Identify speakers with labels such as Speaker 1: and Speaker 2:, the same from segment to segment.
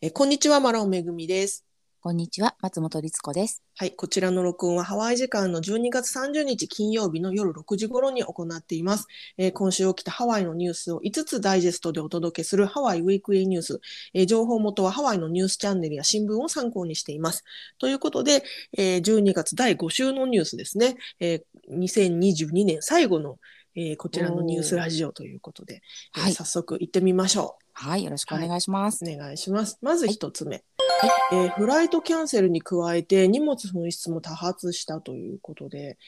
Speaker 1: えーこんにちは、マロンめぐみです。
Speaker 2: こんにちは、松本律子です。
Speaker 1: はい、こちらの録音はハワイ時間の12月30日金曜日の夜6時頃に行っています。えー今週起きたハワイのニュースを5つダイジェストでお届けするハワイウィークリーニュース。えー情報元はハワイのニュースチャンネルや新聞を参考にしています。ということで、えー12月第5週のニュースですね。えー2022年最後の、えーこちらのニュースラジオということで、えー
Speaker 2: はい
Speaker 1: 早速行ってみましょう。
Speaker 2: はい、よろしくお願いします。
Speaker 1: お願いします。まず一つ目、えーフライトキャンセルに加えて荷物紛失も多発したということで、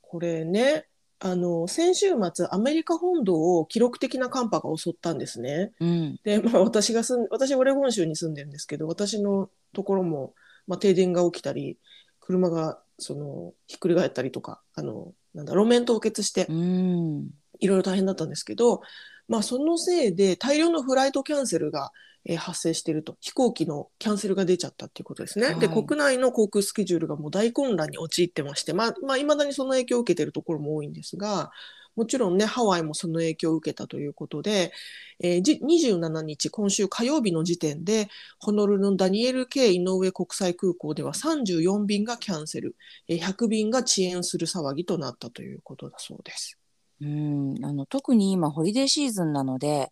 Speaker 1: これね、あの先週末、アメリカ本土を記録的な寒波が襲ったんですね。
Speaker 2: うん、
Speaker 1: で、まあ、私が住ん私、オレゴン州に住んでるんですけど、私のところも、まあ、停電が起きたり、車がそのひっくり返ったりとか、あのなんだ路面凍結して
Speaker 2: うん、
Speaker 1: いろいろ大変だったんですけど、まあ、そのせいで大量のフライトキャンセルが、えー発生していると飛行機のキャンセルが出ちゃったっていうことですね。で
Speaker 2: はい
Speaker 1: 国内の航空スケジュールがもう大混乱に陥ってましてまあまあ、未だにその影響を受けているところも多いんですがもちろんねハワイもその影響を受けたということで、えーじ27日今週火曜日の時点でホノルルのダニエル K 井上国際空港では34便がキャンセル、えー100便が遅延する騒ぎとなったということだそうです。
Speaker 2: うん、あの特に今ホリデーシーズンなので、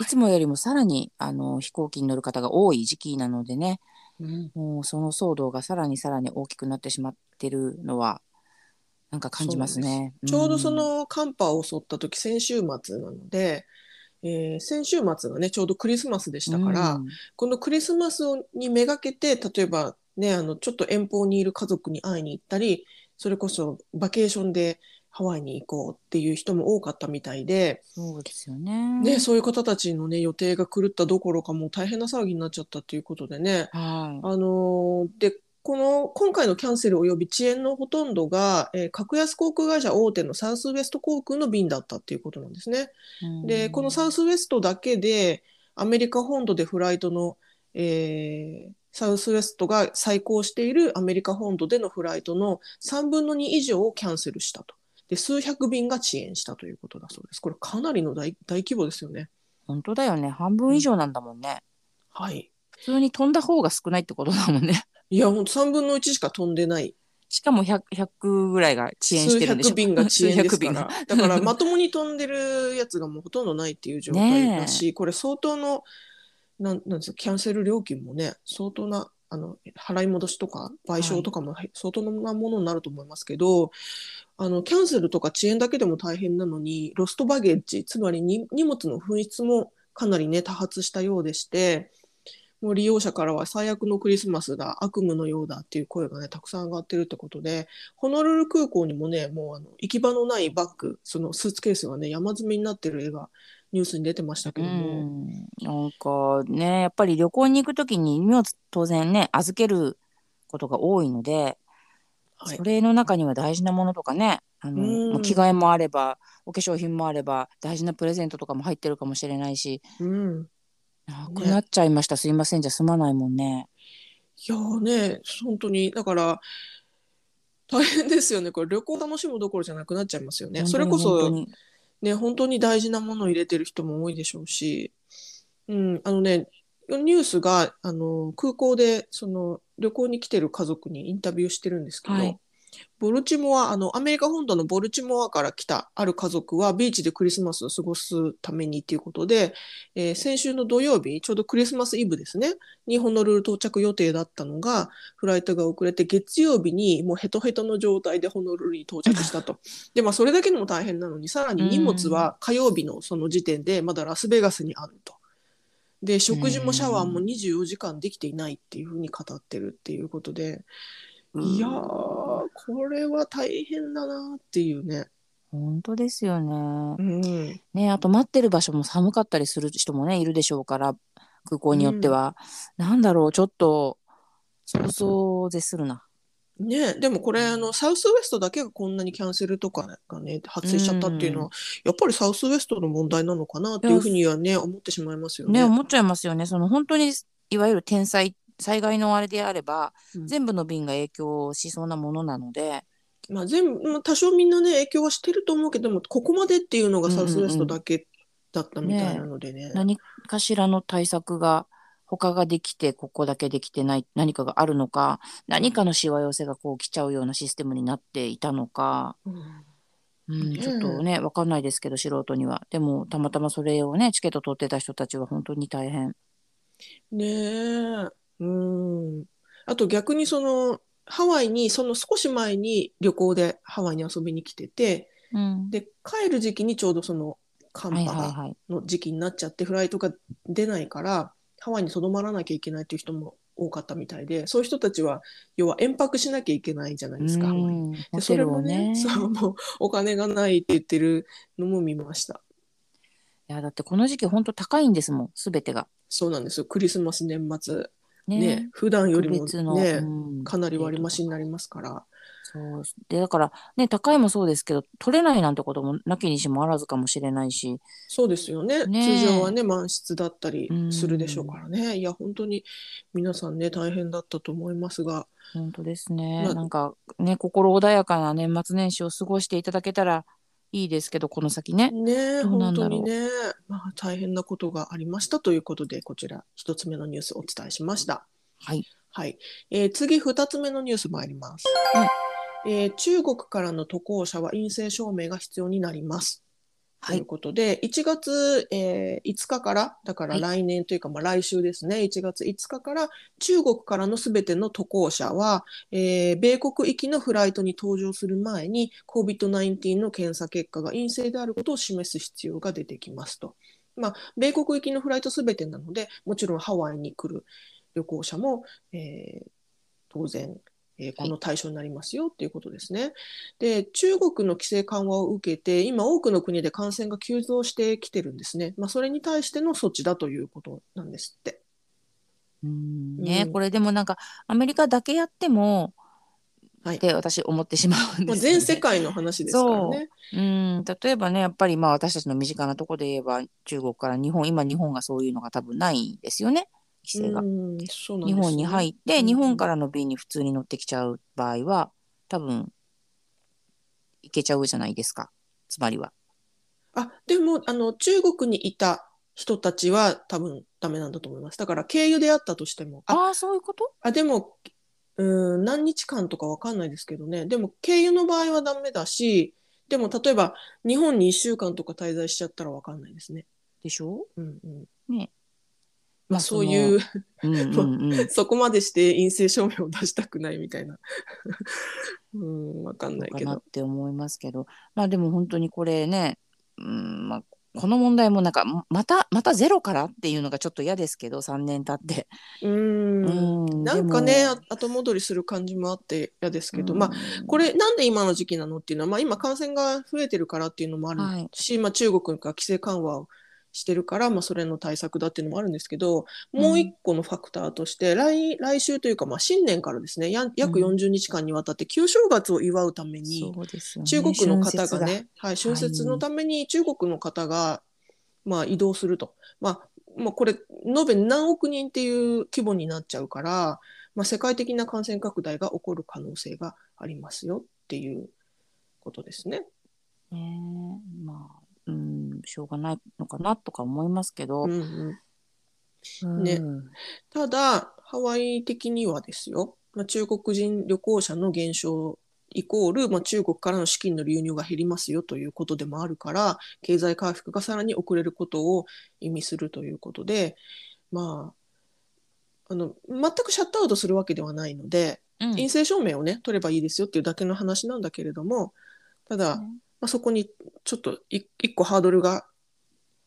Speaker 2: いつもよりもさらにあの飛行機に乗る方が多い時期なのでね、
Speaker 1: うん
Speaker 2: もうその騒動がさらにさらに大きくなってしまってるのはなんか感じますね。
Speaker 1: ちょうどその寒波を襲った時先週末なので、えー先週末がねちょうどクリスマスでし
Speaker 2: うん
Speaker 1: たから、
Speaker 2: うん
Speaker 1: このクリスマスにめがけて例えばねあのちょっと遠方にいる家族に会いに行ったりそれこそバケーションでハワイに行こうっていう人も多かったみたいで、
Speaker 2: そうですよね。
Speaker 1: ね、そういう方たちの、ね、予定が狂ったどころかもう大変な騒ぎになっちゃったということでね、
Speaker 2: は
Speaker 1: あのーでこの今回のキャンセルおよび遅延のほとんどが、えー格安航空会社大手のサウスウエスト航空の便だったっていうことなんですね。
Speaker 2: い。うん
Speaker 1: でこのサウスウエストだけでアメリカ本土でフライトの、えーサウスウエストが最高しているアメリカ本土でのフライトの3分の2以上をキャンセルしたと。で数百便が遅延したということだそうです。これかなりの大大規模ですよね。
Speaker 2: 本当だよね、半分以上なんだもんね。
Speaker 1: はい。
Speaker 2: 普通に飛んだ方が少ないってことだもんね。
Speaker 1: いや、ほんと3分の1しか飛んでない
Speaker 2: しかも 100, 100ぐらいが遅延してるんでし
Speaker 1: 数百
Speaker 2: ょ
Speaker 1: 便が遅延ですから
Speaker 2: 数百。
Speaker 1: だ
Speaker 2: 便が
Speaker 1: からまともに飛んでるやつがもうほとんどないっていう状態だし、これ相当の、なんなんですか、キャンセル料金もね、相当な、あの、払い戻しとか賠償とかも相当なものになると思いますけど、あの、キャンセルとか遅延だけでも大変なのに、ロストバゲッジ、つまりに荷物の紛失もかなりね、多発したようでして、もう利用者からは最悪のクリスマスだ、悪夢のようだっていう声がね、たくさん上がってるってことで、ホノルル空港にもね、もうあの行き場のないバッグ、そのスーツケースがね、山積みになってる絵がニュースに出てましたけ
Speaker 2: う
Speaker 1: ども、
Speaker 2: ん、なんかねやっぱり旅行に行く時に荷物当然ね預けることが多いので、
Speaker 1: はい
Speaker 2: そ、れの中には大事なものとかねあの、
Speaker 1: うん
Speaker 2: まあ着替えもあればお化粧品もあれば大事なプレゼントとかも入ってるかもしれないし
Speaker 1: うん、
Speaker 2: なくなっちゃいました、すいませんじゃ済まないもんね。
Speaker 1: いやーね、本当に、だから、大変ですよね、これ、旅行楽しむどころじゃなくなっちゃいますよね。
Speaker 2: 本
Speaker 1: そ
Speaker 2: 当
Speaker 1: れ
Speaker 2: に
Speaker 1: こそ
Speaker 2: 本当に
Speaker 1: ね、本当に大事なものを入れてる人も多いでしょうし、うん、あのね、ニュースがあの空港でその旅行に来てる家族にインタビューしてるんですけど、
Speaker 2: はい
Speaker 1: ボルチモアあの、アメリカ本土のボルチモアから来たある家族はビーチでクリスマスを過ごすためにということで、えー先週の土曜日、ちょうどクリスマスイブですね、にホノルル到着予定だったのが、フライトが遅れて月曜日にもうヘトヘトの状態でホノルルに到着した と。で、まあ、それだけでも大変なのに、さらに荷物は火曜日のその時点でまだラスベガスにあると。で、食事もシャワーも24時間できていないっていうふうに語ってるっていうことで、いやー、これは大変だなっていうね。
Speaker 2: 本当ですよね。
Speaker 1: うん。
Speaker 2: ね、あと待ってる場所も寒かったりする人もねいるでしょうから空港によっては、なんだろうちょっと想像でするな
Speaker 1: ねでもこれ、あの、サウスウエストだけがこんなにキャンセルとかがね、発生しちゃったっていうのは、やっぱりサウスウエストの問題なのかなっていうふうにはね、思ってしまいますよ
Speaker 2: ね
Speaker 1: ね。
Speaker 2: 思っちゃいますよねその本当にいわゆる天災災害のあれであれば、
Speaker 1: うん
Speaker 2: 全部の便が影響しそうなものなので
Speaker 1: まあ、全部、まあ、多少みんなね、影響はしてると思うけども、ここまでっていうのが
Speaker 2: うんうん
Speaker 1: サ
Speaker 2: う
Speaker 1: ウ
Speaker 2: ん
Speaker 1: スウエストだけだったみたいなのでね。
Speaker 2: 何かしらの対策が他ができてここだけできてない何かがあるのか何かのしわ寄せがこう来ちゃうようなシステムになっていたのか、うん、
Speaker 1: ねえ
Speaker 2: ちょっとね分かんないですけど素人にはでもたまたまそれをねチケット取ってた人たちは本当に大変。
Speaker 1: ねえ。うん。あと逆にその、ハワイに、その少し前に旅行でハワイに遊びに来てて、
Speaker 2: うん、
Speaker 1: で、帰る時期にちょうどその寒
Speaker 2: はい
Speaker 1: 波
Speaker 2: はい
Speaker 1: が
Speaker 2: はい。
Speaker 1: の時期になっちゃって、フライトが出ないから、ハワイにとどまらなきゃいけないっていう人も多かったみたいで、そういう人たちは、要は遠泊しなきゃいけないじゃないですか、ハワイに
Speaker 2: うん、
Speaker 1: で
Speaker 2: ホ
Speaker 1: そ
Speaker 2: テ
Speaker 1: れ
Speaker 2: ル
Speaker 1: も
Speaker 2: をね
Speaker 1: ね、そう、もうお金がないって言ってるのも見ました。
Speaker 2: いやだってこの時期本当高いんですもん全てが。
Speaker 1: そうなんですよ。クリスマス、年末、
Speaker 2: ね
Speaker 1: ね、普段よりも
Speaker 2: 別の、
Speaker 1: ね
Speaker 2: う、ん
Speaker 1: かなり割増しになりますから。
Speaker 2: そうでだからね高いもそうですけど取れないなんてこともなきにしもあらずかもしれないし
Speaker 1: そうですよね。
Speaker 2: ねえ
Speaker 1: 通常はね、満室だったりするでしょうからね。いや、本当に皆さんね、大変だったと思いますが、
Speaker 2: 本当ですね、
Speaker 1: まあ
Speaker 2: なんかね心穏やかな年末年始を過ごしていただけたらいいですけどこの先ね
Speaker 1: ねえ、
Speaker 2: ど
Speaker 1: 本
Speaker 2: うなんだ
Speaker 1: 当
Speaker 2: ろう
Speaker 1: にね、まあ、大変なことがありましたということで、こちら、一つ目のニュースお伝えしました。
Speaker 2: はい
Speaker 1: はい。えー次、二つ目のニュース参ります。
Speaker 2: はい
Speaker 1: えー中国からの渡航者は陰性証明が必要になります。
Speaker 2: は
Speaker 1: とい
Speaker 2: いう
Speaker 1: ことで、1月、えー5日から、だから来年というか、まあ来週ですね、1月5日から、中国からのすべての渡航者は、えー米国行きのフライトに搭乗する前に、COVID-19 の検査結果が陰性であることを示す必要が出てきますと。まあ、米国行きのフライトすべてなので、もちろんハワイに来る旅行者も、えー当然、えーこの対象になりますよということですね。で中国の規制緩和を受けて今多くの国で感染が急増してきてるんですね、まあ、それに対しての措置だということなんですって。
Speaker 2: うんね、
Speaker 1: うん
Speaker 2: これでもなんかアメリカだけやっても、
Speaker 1: はい
Speaker 2: って私思ってしまうん
Speaker 1: ま
Speaker 2: で
Speaker 1: あ、
Speaker 2: すよね、
Speaker 1: 全世界の話ですからね。
Speaker 2: うん例えばねやっぱりまあ私たちの身近なところで言えば中国から日本今日本がそういうのが多分ないですよね規制が。
Speaker 1: うんそうなん
Speaker 2: 日
Speaker 1: です
Speaker 2: 本に入って、
Speaker 1: うん
Speaker 2: 日本からの便に普通に乗ってきちゃう場合は多分行けちゃうじゃないですかつまりは。
Speaker 1: あでもあの中国にいた人たちは多分ダメなんだと思います。だから経由であったとしても。あ
Speaker 2: ああーそういうこと
Speaker 1: あでもうん何日間とかわかんないですけどね。でも経由の場合はダメだし、でも例えば日本に1週間とか滞在しちゃったらわかんないですね。
Speaker 2: でしょ
Speaker 1: うんうん
Speaker 2: ね
Speaker 1: ま
Speaker 2: ま
Speaker 1: あ
Speaker 2: あ
Speaker 1: そういう、
Speaker 2: うんうんう ん
Speaker 1: そこまでして陰性証明を出したくないみたいな。 うん、わかんない
Speaker 2: か
Speaker 1: け
Speaker 2: な
Speaker 1: ど
Speaker 2: っ。て思いますけどまあでも本当にこれね、うんまあ、この問題もなんかまたまたゼロからっていうのがちょっと嫌ですけど3年経って。
Speaker 1: うん。
Speaker 2: う
Speaker 1: なんかね、
Speaker 2: でも
Speaker 1: あ後戻りする感じもあって嫌ですけど、
Speaker 2: うん
Speaker 1: まあ、これなんで今の時期なのっていうのは、まあ、今感染が増えてるからっていうのもあ
Speaker 2: はい
Speaker 1: るし、まあ、中国が規制緩和をしてるから、まあ、それの対策だっていうのもあるんですけどもう一個のファクターとして、来来週というか、まあ、新年からですねや約
Speaker 2: うん
Speaker 1: 40日間にわたって旧正月を祝うために、
Speaker 2: そうですよね
Speaker 1: 中国の方が
Speaker 2: 春節
Speaker 1: ね、はい、春節のために中国の方が、まあ、移動すると、まあまあ、これ、延べ何億人っていう規模になっちゃうから、まあ、世界的な感染拡大が起こる可能性がありますよっていうことですね。
Speaker 2: ねえまあうんしょうがないのかなとか思いますけど、
Speaker 1: うんうん、ね
Speaker 2: うん
Speaker 1: ただ、ハワイ的にはですよ、まあ、中国人旅行者の減少イコール、まあ、中国からの資金の流入が減りますよということでもあるから、経済回復がさらに遅れることを意味するということで、まあ、あの全くシャットアウトするわけではないので、
Speaker 2: うん
Speaker 1: 陰性証明を、ね、取ればいいですよっていうだけの話なんだけれども、ただ、
Speaker 2: ね
Speaker 1: まあ、そこにちょっとい一個ハードルが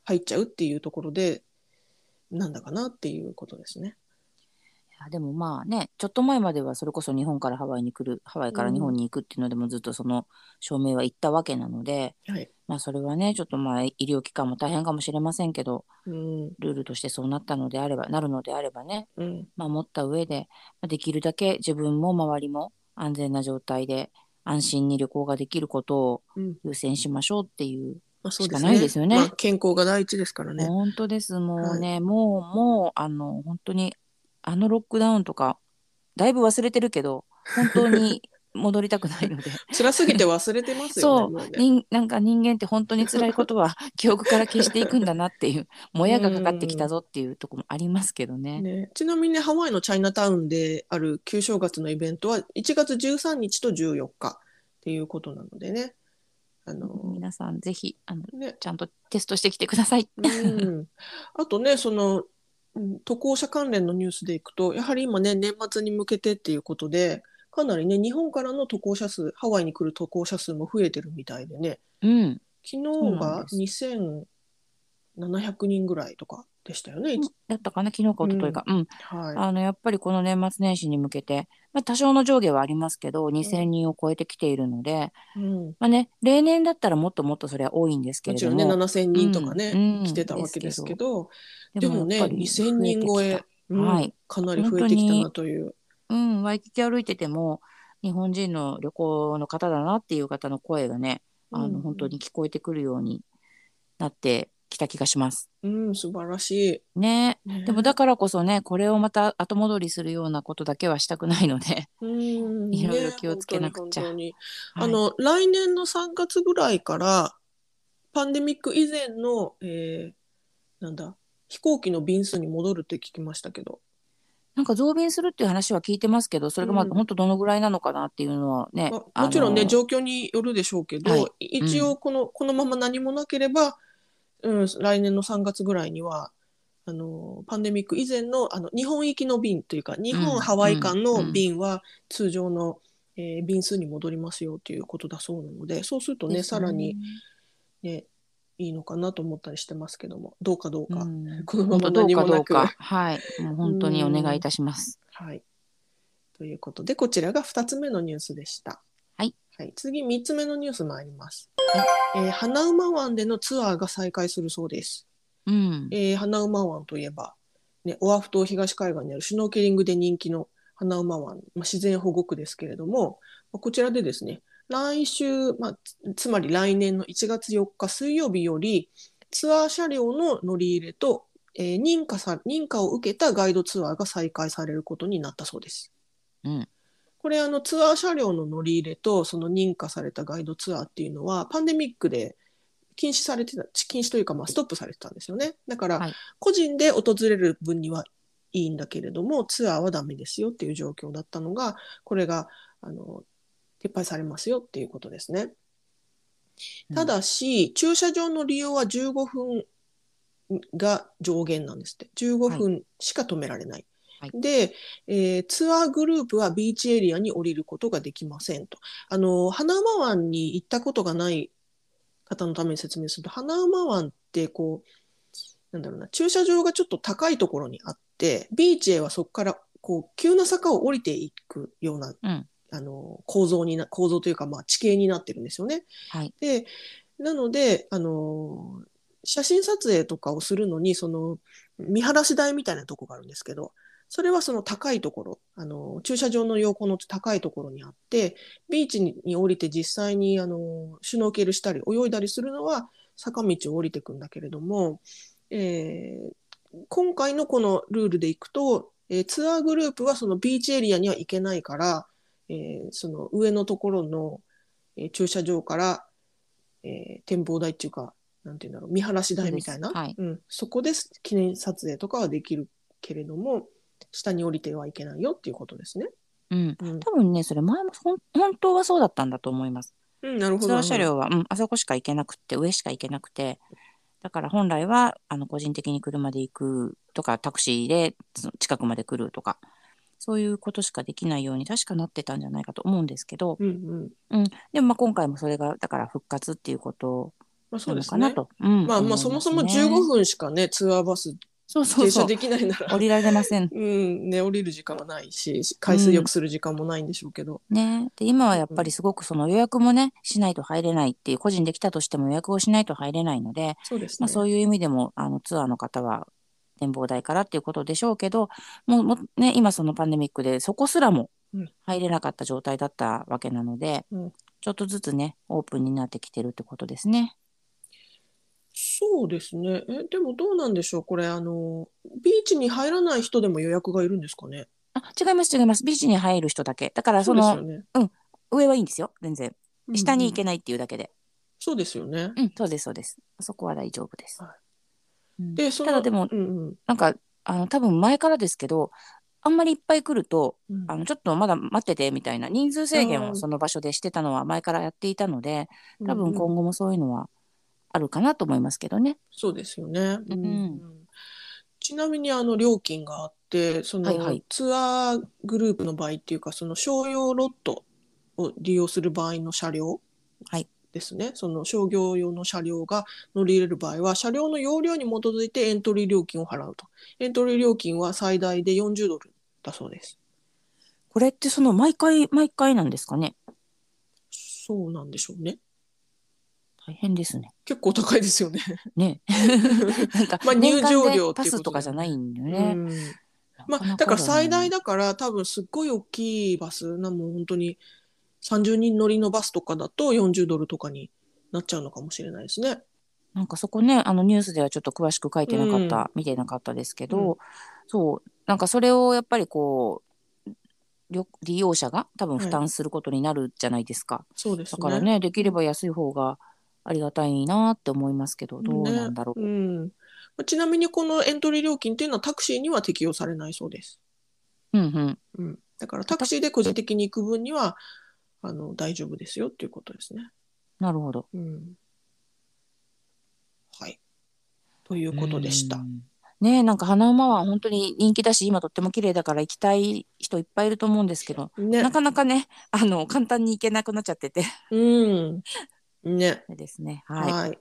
Speaker 1: 入っちゃうっていうところで、なんだかなっていうことですね。
Speaker 2: いやでもまあねちょっと前まではそれこそ日本からハワイに来るハワイから日本に行くっていうのでもずっとその証明は行ったわけなので、
Speaker 1: はい
Speaker 2: まあそれはねちょっとまあ医療機関も大変かもしれませんけど
Speaker 1: うん
Speaker 2: ルールとしてそうなったのであればなるのであればね
Speaker 1: うん
Speaker 2: 守った上でまあできるだけ自分も周りも安全な状態で安心に旅行ができることを
Speaker 1: うん
Speaker 2: 優先しましょうっていう
Speaker 1: まあ、そうです
Speaker 2: しかないですよね
Speaker 1: まあ、健康が第一ですからね。
Speaker 2: 本当ですもうね、もうもうあの本当にあのロックダウンとかだいぶ忘れてるけど本当に戻りたくないので
Speaker 1: 辛すぎて忘れてます
Speaker 2: そ
Speaker 1: よ
Speaker 2: う
Speaker 1: ね。もうね
Speaker 2: 人なんか人間って本当に辛いこ とは記憶から消していくんだなっていうもやがかかってきたぞっていうとこもありますけどね。
Speaker 1: ね、ちなみにハワイのチャイナタウンである旧正月のイベントは1月13日と14日っていうことなのでね。あの
Speaker 2: 皆さんぜひあの
Speaker 1: ね
Speaker 2: ちゃんとテストしてきてください。
Speaker 1: うん、 あとねそのうん渡航者関連のニュースでいくとやはり今ね年末に向けてっていうことでかなりね日本からの渡航者数ハワイに来る渡航者数も増えてるみたいでね
Speaker 2: うん、
Speaker 1: 昨日
Speaker 2: そうなん
Speaker 1: が
Speaker 2: です
Speaker 1: 2700人ぐらいとかでしたよね。いつ
Speaker 2: だったかな昨日か一昨日か、うん、
Speaker 1: は
Speaker 2: あのやっぱりこの年末年始に向けて、まあ、多少の上下はありますけど2,000人を超えてきているので、
Speaker 1: いうん、
Speaker 2: まあね、例年だったらもっともっとそれは多いんですけ
Speaker 1: も
Speaker 2: れ
Speaker 1: ち
Speaker 2: ど
Speaker 1: ろ
Speaker 2: も
Speaker 1: んね7,000人とかね、
Speaker 2: うんうん
Speaker 1: 来てたわけですけど
Speaker 2: け
Speaker 1: でもね
Speaker 2: やっぱり
Speaker 1: 2,000人
Speaker 2: 増
Speaker 1: 超
Speaker 2: え
Speaker 1: え
Speaker 2: てき、はい
Speaker 1: うんかなり増えてきたなという。
Speaker 2: たうん、ワイキキ歩いてても日本人の旅行の方だなっていう方の声がねあの、
Speaker 1: うん
Speaker 2: 本当に聞こえてくるようになってきた気がします。
Speaker 1: うん、素晴らし
Speaker 2: ね、
Speaker 1: い。ね
Speaker 2: でもだからこそねこれをまた後戻りするようなことだけはしたくないの で、
Speaker 1: うん
Speaker 2: いろいろ
Speaker 1: ね
Speaker 2: 気をつけなくちゃ
Speaker 1: 本当に
Speaker 2: は
Speaker 1: 本当にあ
Speaker 2: い
Speaker 1: の、来年の3月ぐらいからパンデミック以前の、えーなんだ飛行機の便数に戻るって聞きましたけど、
Speaker 2: なんか増便するっていう話は聞いてますけどそれがまあ
Speaker 1: うん
Speaker 2: 本当どのぐらいなのかなっていうのはね、
Speaker 1: ま
Speaker 2: あ
Speaker 1: あ、もちろんね
Speaker 2: の
Speaker 1: 状況によるでしょうけど、
Speaker 2: はい
Speaker 1: 一応この,、このまま何もなければ、うん、来年の3月ぐらいにはあのパンデミック以前のあの日本行きの便というか日本、
Speaker 2: うん
Speaker 1: ハワイ間
Speaker 2: う
Speaker 1: の
Speaker 2: ん
Speaker 1: 便は通常の、えー便数に戻りますよということだそうなのでそうするとね
Speaker 2: です
Speaker 1: さらに。ね、いいのかなと思ったりしてますけども、どうかどうか。
Speaker 2: うん
Speaker 1: このま
Speaker 2: 本
Speaker 1: ま
Speaker 2: 当どう
Speaker 1: 何
Speaker 2: か
Speaker 1: も
Speaker 2: ど
Speaker 1: な
Speaker 2: う
Speaker 1: く。
Speaker 2: か、はい、もう本当にお願いいたします。
Speaker 1: はい。ということで、こちらが2つ目のニュースでした。
Speaker 2: はい。
Speaker 1: 次、3つ目のニュース参ります。えー花馬湾でのツアーが再開するそうです。
Speaker 2: うん、
Speaker 1: えー花馬湾といえば、ね、オアフ島東海岸にあるシュノーケリングで人気の花馬湾、まあ、自然保護区ですけれども、まあこちらでですね、来週、まあ、つつまり来年の1月4日水曜日より、ツアー車両の乗り入れと、えー認可さ認可を受けたガイドツアーが再開されることになったそうです。
Speaker 2: うん
Speaker 1: これあのツアー車両の乗り入れとその認可されたガイドツアーっていうのはパンデミックで禁止されてた禁止というかまあストップされてたんですよねだから
Speaker 2: はい
Speaker 1: 個人で訪れる分にはいいんだけれどもツアーはダメですよっていう状況だったのがこれがあの撤廃されますよっていうことですねただし、駐車場の利用は15分が上限なんですって15分しか止められない、
Speaker 2: はい
Speaker 1: で、えーツアーグループはビーチエリアに降りることができませんとあの花馬湾に行ったことがない方のために説明すると花馬湾ってこうなんだろうな駐車場がちょっと高いところにあってビーチへはそこからこう急な坂を降りていくような、
Speaker 2: うん
Speaker 1: あの構造にな構造というか、まあ、地形になってるんですよね。
Speaker 2: はい
Speaker 1: でなので、あのー写真撮影とかをするのにその見晴らし台みたいなとこがあるんですけどそれはその高いところ、あのー駐車場の横の高いところにあってビーチにに降りて実際に、あのーシュノーケルしたり泳いだりするのは坂道を降りていくんだけれども、えー今回のこのルールでいくと、えーツアーグループはそのビーチエリアには行けないから、えーその上のところの、えー駐車場から、えー展望台っていうかなんていうんだろう見晴らし台みたいな
Speaker 2: そうですはい
Speaker 1: うん、そこで記念撮影とかはできるけれども下に降りてはいけないよっていうことですね。
Speaker 2: うん、
Speaker 1: うん
Speaker 2: 多分ねそれ前もほん本当はそうだったんだと思います。
Speaker 1: うん、なるほ
Speaker 2: ツ
Speaker 1: ど
Speaker 2: アー車両は、うん、あそこしか行けなくって上しか行けなくてだから本来はあの個人的に車で行くとかタクシーでその近くまで来るとかそういうことしかできないように確かなってたんじゃないかと思うんですけど
Speaker 1: うんうん
Speaker 2: でもまあ今回もそれがだから復活っていうこと
Speaker 1: まあ、そ
Speaker 2: な
Speaker 1: う
Speaker 2: の
Speaker 1: です
Speaker 2: かな
Speaker 1: ね。
Speaker 2: と。うん
Speaker 1: まあ
Speaker 2: 思い
Speaker 1: まあ
Speaker 2: す
Speaker 1: そ
Speaker 2: ね
Speaker 1: もそも15分しかねツアーバス
Speaker 2: そうそう
Speaker 1: 停
Speaker 2: そ
Speaker 1: 車
Speaker 2: う
Speaker 1: できないなら
Speaker 2: 降りられません
Speaker 1: うんね、降りる時間はないし海水浴する時間もないんでしょうけど、
Speaker 2: ね、で今はやっぱりすごくその予約もねしないと入れないっていう個人で来たとしても予約をしないと入れないので、
Speaker 1: そうです
Speaker 2: ま
Speaker 1: ね。
Speaker 2: あ、そういう意味でもあのツアーの方は展望台からっていうことでしょうけどもうもうね、今そのパンデミックでそこすらも
Speaker 1: うん
Speaker 2: 入れなかった状態だったわけなので、
Speaker 1: うん
Speaker 2: ちょっとずつねオープンになってきてるってことですね。
Speaker 1: そうですねえでもどうなんでしょうこれあのビーチに入らない人でも予約がいるんですかね
Speaker 2: あ違います違いますビーチに入る人だけだからそ
Speaker 1: そうです
Speaker 2: の
Speaker 1: よね。
Speaker 2: 上はいいんですよ全然下に行け
Speaker 1: ない。
Speaker 2: ないっていうだけで、
Speaker 1: そうですよね。
Speaker 2: うんそうですそうですあそこは大丈夫です、
Speaker 1: は
Speaker 2: うん
Speaker 1: で、その
Speaker 2: ただでも
Speaker 1: うんうん
Speaker 2: なんかあの多分前からですけどあんまりいっぱい来ると
Speaker 1: うん
Speaker 2: あのちょっとまだ待っててみたいな人数制限
Speaker 1: う
Speaker 2: を
Speaker 1: ん
Speaker 2: その場所でしてたのは前からやっていたので多
Speaker 1: うんう
Speaker 2: 分
Speaker 1: ん
Speaker 2: 今後もそういうのはあるかなと思いますけどね。
Speaker 1: そうですよね。
Speaker 2: うん
Speaker 1: ちなみにあの料金があってその、
Speaker 2: はいはい
Speaker 1: ツアーグループの場合っていうかその商用ロットを利用する場合の車両
Speaker 2: はい
Speaker 1: ですね、その商業用の車両が乗り入れる場合は車両の容量に基づいてエントリー料金を払うとエントリー料金は最大で40ドルだそうです
Speaker 2: これってその毎回毎回なんですかね
Speaker 1: そうなんでしょうね
Speaker 2: 大変ですね。
Speaker 1: 結構高いですよね
Speaker 2: ねなんか
Speaker 1: まあ
Speaker 2: 年間
Speaker 1: 入場
Speaker 2: で
Speaker 1: 料って
Speaker 2: パ
Speaker 1: いうことで
Speaker 2: スとかじゃないんだよ
Speaker 1: う
Speaker 2: ね。
Speaker 1: んまあ、
Speaker 2: な
Speaker 1: だから
Speaker 2: な
Speaker 1: 最大
Speaker 2: だ
Speaker 1: だから多分すっごい大きいバスなもう本当に30人乗りのバスとかだと40ドルとかになっちゃうのかもしれないですね。
Speaker 2: なんかそこねあのニュースではちょっと詳しく書いてなかった、見てなかったですけど、
Speaker 1: う
Speaker 2: そうなんかそれをやっぱりこう旅利用者が多分
Speaker 1: はい
Speaker 2: 負担することになるじゃないですか、
Speaker 1: そうです
Speaker 2: だ
Speaker 1: ね。
Speaker 2: からねできれば安い方がありがたいなって思いますけどどうなんだろう、
Speaker 1: ねうんまあちなみにこのエントリー料金っていうのはタクシーには適用されないそうです。
Speaker 2: うんうん
Speaker 1: うん、だからタクシーで個人的に行く分にはあの大丈夫ですよっていうことですね。
Speaker 2: なるほど
Speaker 1: うん、はい。ということでした。
Speaker 2: うんねなんか花馬は本当に人気だし今とっても綺麗だから行きたい人いっぱいいると思うんですけど、
Speaker 1: ね
Speaker 2: な。かなかねあの簡単に行けなくなっちゃってて
Speaker 1: うん。ね。
Speaker 2: ですね
Speaker 1: はい、
Speaker 2: はい、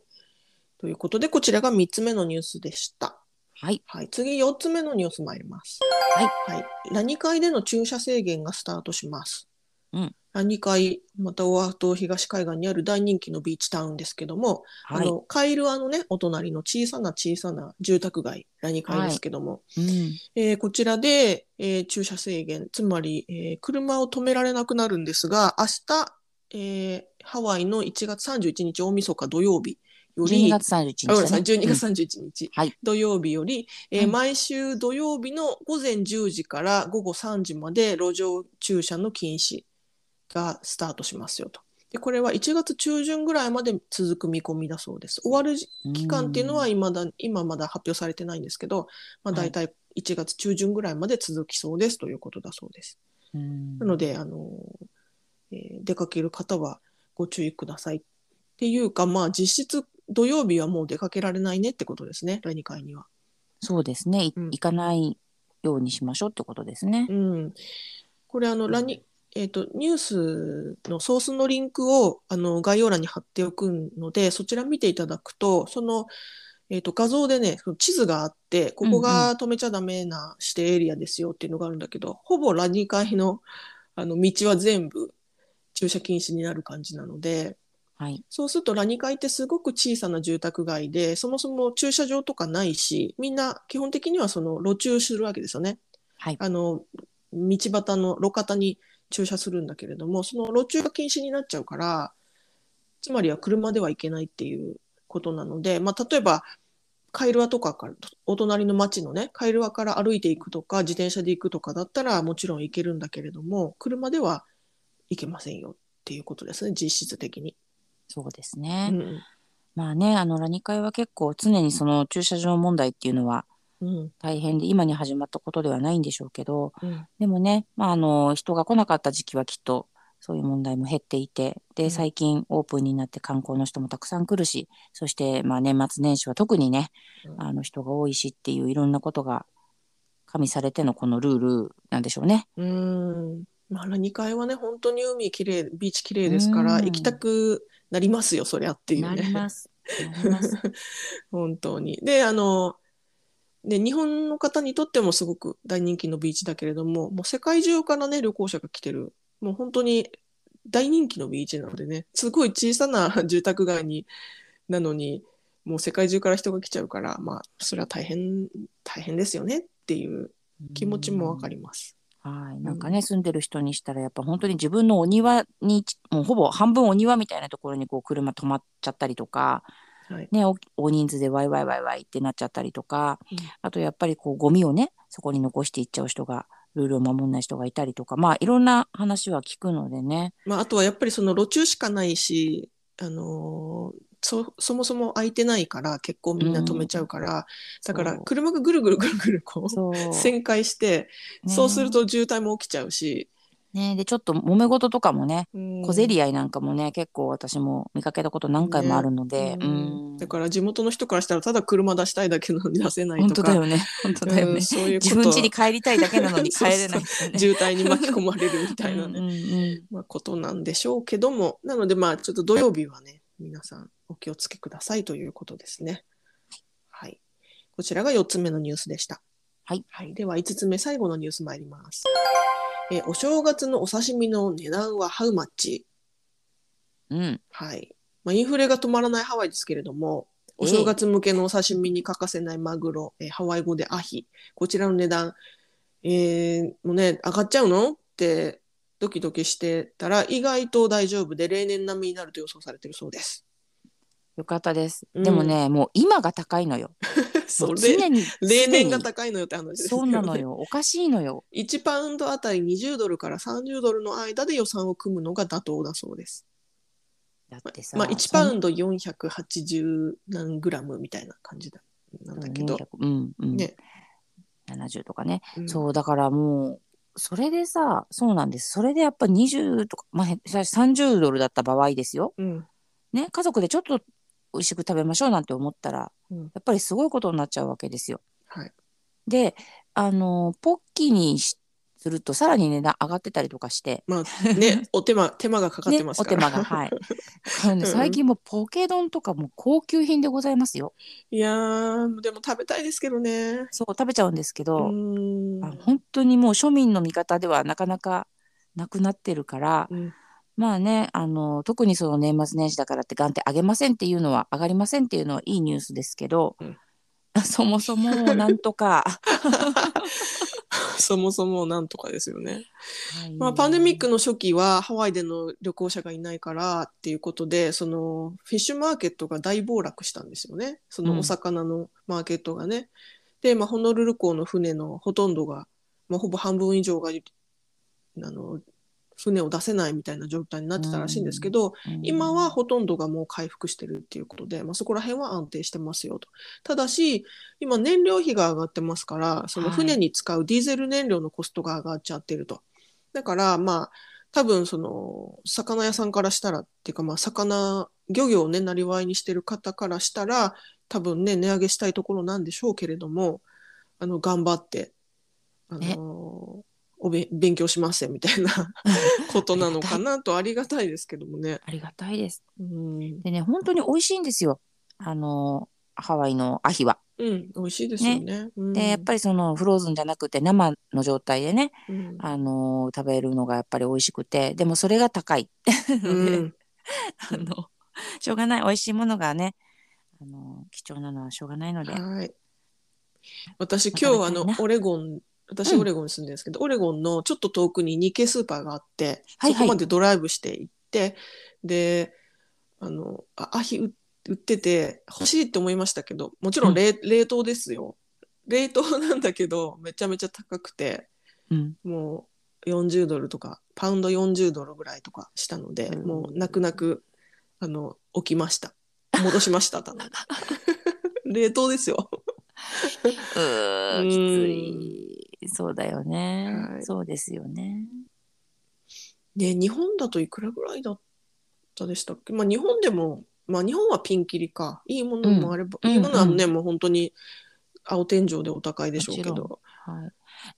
Speaker 1: ということで、こちらが3つ目のニュースでした。
Speaker 2: はい、
Speaker 1: はい、次、4つ目のニュース参ります。。
Speaker 2: はい
Speaker 1: はい、ラニ会での駐車制限がスタートします。
Speaker 2: うん、
Speaker 1: ラニ会、またオアフ島東海岸にある大人気のビーチタウンですけども、
Speaker 2: は
Speaker 1: あ
Speaker 2: い
Speaker 1: のカイルアのね、お隣の小さな小さな住宅街、ラニ会ですけども、
Speaker 2: うん
Speaker 1: えーこちらで、えー駐車制限、つまり、えー車を止められなくなるんですが、明日、えーハワイの1月31日大晦日土曜日よ
Speaker 2: 12
Speaker 1: り、
Speaker 2: 月31日
Speaker 1: あご
Speaker 2: だ、ね。
Speaker 1: めんなさい、12月31日、
Speaker 2: はい
Speaker 1: 土曜日より、えー
Speaker 2: うん
Speaker 1: 毎週土曜日の午前10時から午後3時まで路上駐車の禁止がスタートしますよと。で、これは1月中旬ぐらいまで続く見込みだそうです。終わる
Speaker 2: うん
Speaker 1: 期間っていうのは未だ、今まだ発表されてないんですけど、まあ、
Speaker 2: は
Speaker 1: 大
Speaker 2: い
Speaker 1: 体1月中旬ぐらいまで続きそうですということだそうです。
Speaker 2: うん
Speaker 1: なので、あのえー出かける方はご注意くださいっていうか、まあ、実質土曜日はもう出かけられないねってことですね、第2回には。
Speaker 2: そうですね、い
Speaker 1: うん
Speaker 2: 行かないようにしましょうってことですね
Speaker 1: う。ん、これあのラニ、えー、とニュースのソースのリンクをあの概要欄に貼っておくのでそちら見ていただくとその、えー、と画像でねその地図があってここが止めちゃダメな指定エリアですよっていうのがあるんだけど、ほぼラニ会のあの道は全部駐車禁止になる感じなので。
Speaker 2: はい。
Speaker 1: そうするとラニカイってすごく小さな住宅街でそもそも駐車場とかないしみんな基本的にはその路駐するわけですよね。
Speaker 2: はい
Speaker 1: あの道端の路肩に駐車するんだけれどもその路駐が禁止になっちゃうからつまりは車では行けないっていうことなので、まあ、例えばカイルアとかからお隣の町のねカイルアから歩いていくとか自転車で行くとかだったらもちろん行けるんだけれども車では行けませんよっていうことですね実質的に。
Speaker 2: そうです
Speaker 1: う
Speaker 2: ね。
Speaker 1: ん
Speaker 2: まあね、あの、ラニ会は結構常にその駐車場問題っていうのは
Speaker 1: うん
Speaker 2: 大変で、今に始まったことではないんでしょうけど、
Speaker 1: うん
Speaker 2: でもね、まあ、あの、人が来なかった時期はきっと、そういう問題も減っていて、
Speaker 1: うん
Speaker 2: で、最近オープンになって観光の人もたくさん来るし、そして、まあ、年末年始は特にね
Speaker 1: う、ん
Speaker 2: あの人が多いしっていういろんなことが加味されてのこのルールなんでしょうね。
Speaker 1: うんまあ、2階はね、本当に海きれい、ビーチきれいですから、
Speaker 2: うん
Speaker 1: 行きたくなりますよ、そりゃっていうね。。
Speaker 2: なりますす。なり ます。
Speaker 1: 本当に。で、あの、で、日本の方にとってもすごく大人気のビーチだけれども、もう世界中からね、旅行者が来てる、もう本当に大人気のビーチなのでね、すごい小さな住宅街に、なのに、もう世界中から人が来ちゃうから、まあ、それは大変、大変ですよねっていう気持ちもわかります。
Speaker 2: はい、なんかね、住んでる人にしたら、やっぱ本当に自分のお庭に、もうほぼ半分お庭みたいなところにこう車止まっちゃったりとか、
Speaker 1: はい。
Speaker 2: ね、お大人数でワイワイワイワイってなっちゃったりとか、
Speaker 1: うん
Speaker 2: あとやっぱりこうゴミをね、そこに残していっちゃう人がいルールを守らない人がいたりとか、まあ、いろんな話は聞くのでね。
Speaker 1: まあ、あとはやっぱりその路中しかないし、あのーそそもそも空いてないから結構みんな止めちゃうから、だから
Speaker 2: そう
Speaker 1: 車がぐるぐるぐるぐるこう
Speaker 2: そう。
Speaker 1: 旋回して、
Speaker 2: ね
Speaker 1: そうする。と渋滞も起きちゃうし、
Speaker 2: ねで、ちょっと揉め事とかもね、
Speaker 1: うん
Speaker 2: 小競り合いなんかもね、結構私も見かけたこと何回もあるので、
Speaker 1: う
Speaker 2: うんん。
Speaker 1: だから地元の人からしたらただ車出したいだけなのに出せない
Speaker 2: 本
Speaker 1: と
Speaker 2: 当だ
Speaker 1: か
Speaker 2: よね。本当だよ
Speaker 1: う
Speaker 2: ね
Speaker 1: ん。そういうこ
Speaker 2: 自
Speaker 1: と
Speaker 2: 分家に帰りたいだけな のに帰れない、ね。
Speaker 1: 渋滞に巻き込まれるみたいなね
Speaker 2: うんうんうん
Speaker 1: まあ、ことなんでしょうけどもなのでまあちょっと土曜日はね皆さんお気をつけくださいということですね。はい、こちらが4つ目のニュースでした。
Speaker 2: はい、
Speaker 1: では5つ目最後のニュース参ります。えお正月のお刺身の値段はハウマッチ、
Speaker 2: うん。
Speaker 1: はいまあ、インフレが止まらないハワイですけれどもお
Speaker 2: ええ
Speaker 1: 正月向けのお刺身に欠かせないマグロ、えハワイ語でアヒこちらの値段、えーもうね上がっちゃうのってドキドキしてたら意外と大丈夫で例年並みになると予想されてるそうです。
Speaker 2: よかったです。
Speaker 1: うん
Speaker 2: でもね、もう今が高いのよ。も
Speaker 1: そうれ
Speaker 2: 常に
Speaker 1: 例年が
Speaker 2: 常に
Speaker 1: 高いのよって話です
Speaker 2: そうなの。 よ。おかしいのよ。
Speaker 1: 1パウンドあたり20ドルから30ドルの間で予算を組むのが妥当だそうです。
Speaker 2: だってさ、
Speaker 1: まあ、1パウンド480何グラムみたいな感じだなんだけど。
Speaker 2: 400うんうん。
Speaker 1: ね
Speaker 2: 70とかね。
Speaker 1: うん
Speaker 2: そうだからもうそれでさ、そうなんです。それでやっぱ20とか、まあ、へ30ドルだった場合ですよ。
Speaker 1: うん
Speaker 2: ね、家族でちょっと美味しく食べましょうなんて思ったら、
Speaker 1: うん
Speaker 2: やっぱりすごいことになっちゃうわけですよ。
Speaker 1: はい
Speaker 2: で、あのポッキーにしするとさらに値段上がってたりとかして、
Speaker 1: ま あね、お手間手間がかかってます
Speaker 2: お
Speaker 1: か
Speaker 2: 手
Speaker 1: ら、
Speaker 2: 間が、はい。あのね
Speaker 1: うん
Speaker 2: 最近もうポケ丼とかも高級品でございますよ。
Speaker 1: いやーでも食べたいですけどね。
Speaker 2: そう食べちゃうんですけ
Speaker 1: う
Speaker 2: ど、
Speaker 1: ん
Speaker 2: あ本当にもう庶民の味方ではなかなかなくなってるから、
Speaker 1: うん
Speaker 2: まあね、あの、特にその年末年始だからって、元旦上げませんっていうのは、上がりませんっていうのはいいニュースですけど、
Speaker 1: うん
Speaker 2: そもそもなんと か、
Speaker 1: そもそもなんとかですよね。まあ、パンデミック
Speaker 2: の、
Speaker 1: の初期はハワイでの旅行者がいないからっていうことでそのフィッシュマーケットが大暴落したんですよねそのお魚のマーケットがね。で、まあ、ホノルル港の船のほとんどが、まあ、ほぼ半分以上があの船を出せないみたいな状態になってたらしいんですけど、
Speaker 2: うん
Speaker 1: 今は、ほとんどがもう回復してるっていうことで、まあ、そこら辺は安定してますよと。ただし、今燃料費が上がってますから、その
Speaker 2: はい
Speaker 1: 船に使うディーゼル燃料のコストが上がっちゃってると。だから、まあ、多分その魚屋さんからしたらっていうか、まあ、魚漁業をねなりわいにしてる方からしたら多分ね値上げしたいところなんでしょうけれどもあの頑張って、あの
Speaker 2: ね
Speaker 1: おべ勉強しますよみた いなことなのかなとありがたいですけどもね。
Speaker 2: ありがたいです。
Speaker 1: うん、
Speaker 2: でね、本当に美味しいんですよ。あの、ハワイのアヒは。
Speaker 1: うん、美味しいですよね。うん、
Speaker 2: で、やっぱりそのフローズンじゃなくて生の状態でね、
Speaker 1: り、うん
Speaker 2: あの、食べるのがやっぱり美味しくて、でもそれが高い。
Speaker 1: うん、
Speaker 2: あの、しょうがない、美味しいものがね、あの、貴重なのはしょうがないので。
Speaker 1: はい。私今日あの
Speaker 2: また見たいな
Speaker 1: オレゴン、私
Speaker 2: うん
Speaker 1: オレゴンに住んでるんですけど、オレゴンのちょっと遠くに 2K スーパーがあって、
Speaker 2: はいはい
Speaker 1: そこまでドライブして行って、で、あのあアヒ売売ってて欲しいって思いましたけど、もちろん冷,、冷凍ですよ。冷凍なんだけどめちゃめちゃ高くて。
Speaker 2: うん。
Speaker 1: もう40ドルとかパウンド40ドルぐらいとかしたので、
Speaker 2: うん
Speaker 1: もう泣く泣くあの置きました戻しましたただ 冷凍ですよ
Speaker 2: うー
Speaker 1: うん
Speaker 2: きつい。そうだよね、
Speaker 1: はい
Speaker 2: そうですよね。
Speaker 1: ね日本だといくらぐらいだったでしたっけまあ日本でもまあ日本はピンキリかいいものもあれば、
Speaker 2: うん
Speaker 1: いいものはね、もう本当に青天井でお高いでしょうけ
Speaker 2: もちろ
Speaker 1: ど
Speaker 2: はい。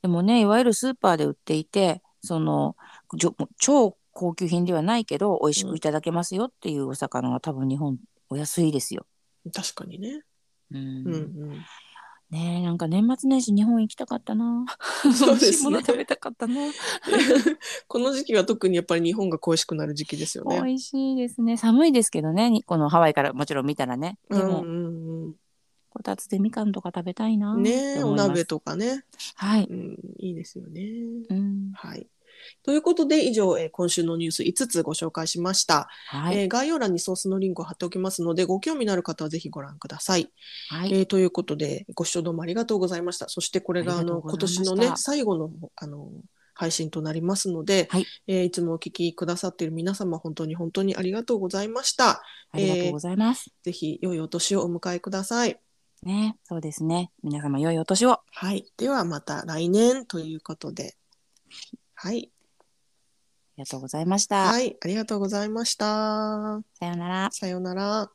Speaker 2: でもね、いわゆるスーパーで売っていて、その、じょ超高級品ではないけど、美味しくいただけますよっていうお魚は多分日本お安いですよ。
Speaker 1: 確かにね、
Speaker 2: うん
Speaker 1: うんうん
Speaker 2: ねえなんか年末年始日本行きたかったな。
Speaker 1: そう
Speaker 2: 美
Speaker 1: で
Speaker 2: 味しい
Speaker 1: す
Speaker 2: も
Speaker 1: ね
Speaker 2: の食べたかったな。
Speaker 1: この時期は特にやっぱり日本が恋しくなる時期ですよね
Speaker 2: 美味しいですね。寒いですけどね、にこのハワイからもちろん見たらね。でも、
Speaker 1: うんうん
Speaker 2: こたつでみかんとか食べたいな
Speaker 1: うん、ね
Speaker 2: って
Speaker 1: お
Speaker 2: 思います
Speaker 1: 鍋とかね
Speaker 2: はい。
Speaker 1: うん、いいですよね。
Speaker 2: うん。
Speaker 1: はい。ということで以上、えー今週のニュース5つご紹介しました、
Speaker 2: はい。
Speaker 1: えー概要欄にソースのリンクを貼っておきますのでご興味のある方はぜひご覧ください、
Speaker 2: はい。
Speaker 1: えーということでご視聴どうもありがとうございましたそしてこれがあ
Speaker 2: ありがと
Speaker 1: の
Speaker 2: うござ
Speaker 1: 今
Speaker 2: いまし
Speaker 1: 年
Speaker 2: た
Speaker 1: のね最後のあの配信となりますので、
Speaker 2: はい
Speaker 1: えーいつもお聞きくださっている皆様本当に本当にありがとうございました
Speaker 2: ありがとうございます。
Speaker 1: ぜひ良いお年をお迎えください
Speaker 2: ね、そうですね。皆様良いお年を。
Speaker 1: はいではまた来年ということではい
Speaker 2: ありがとうございました。
Speaker 1: はいありがとうございました
Speaker 2: さようなら。
Speaker 1: さようなら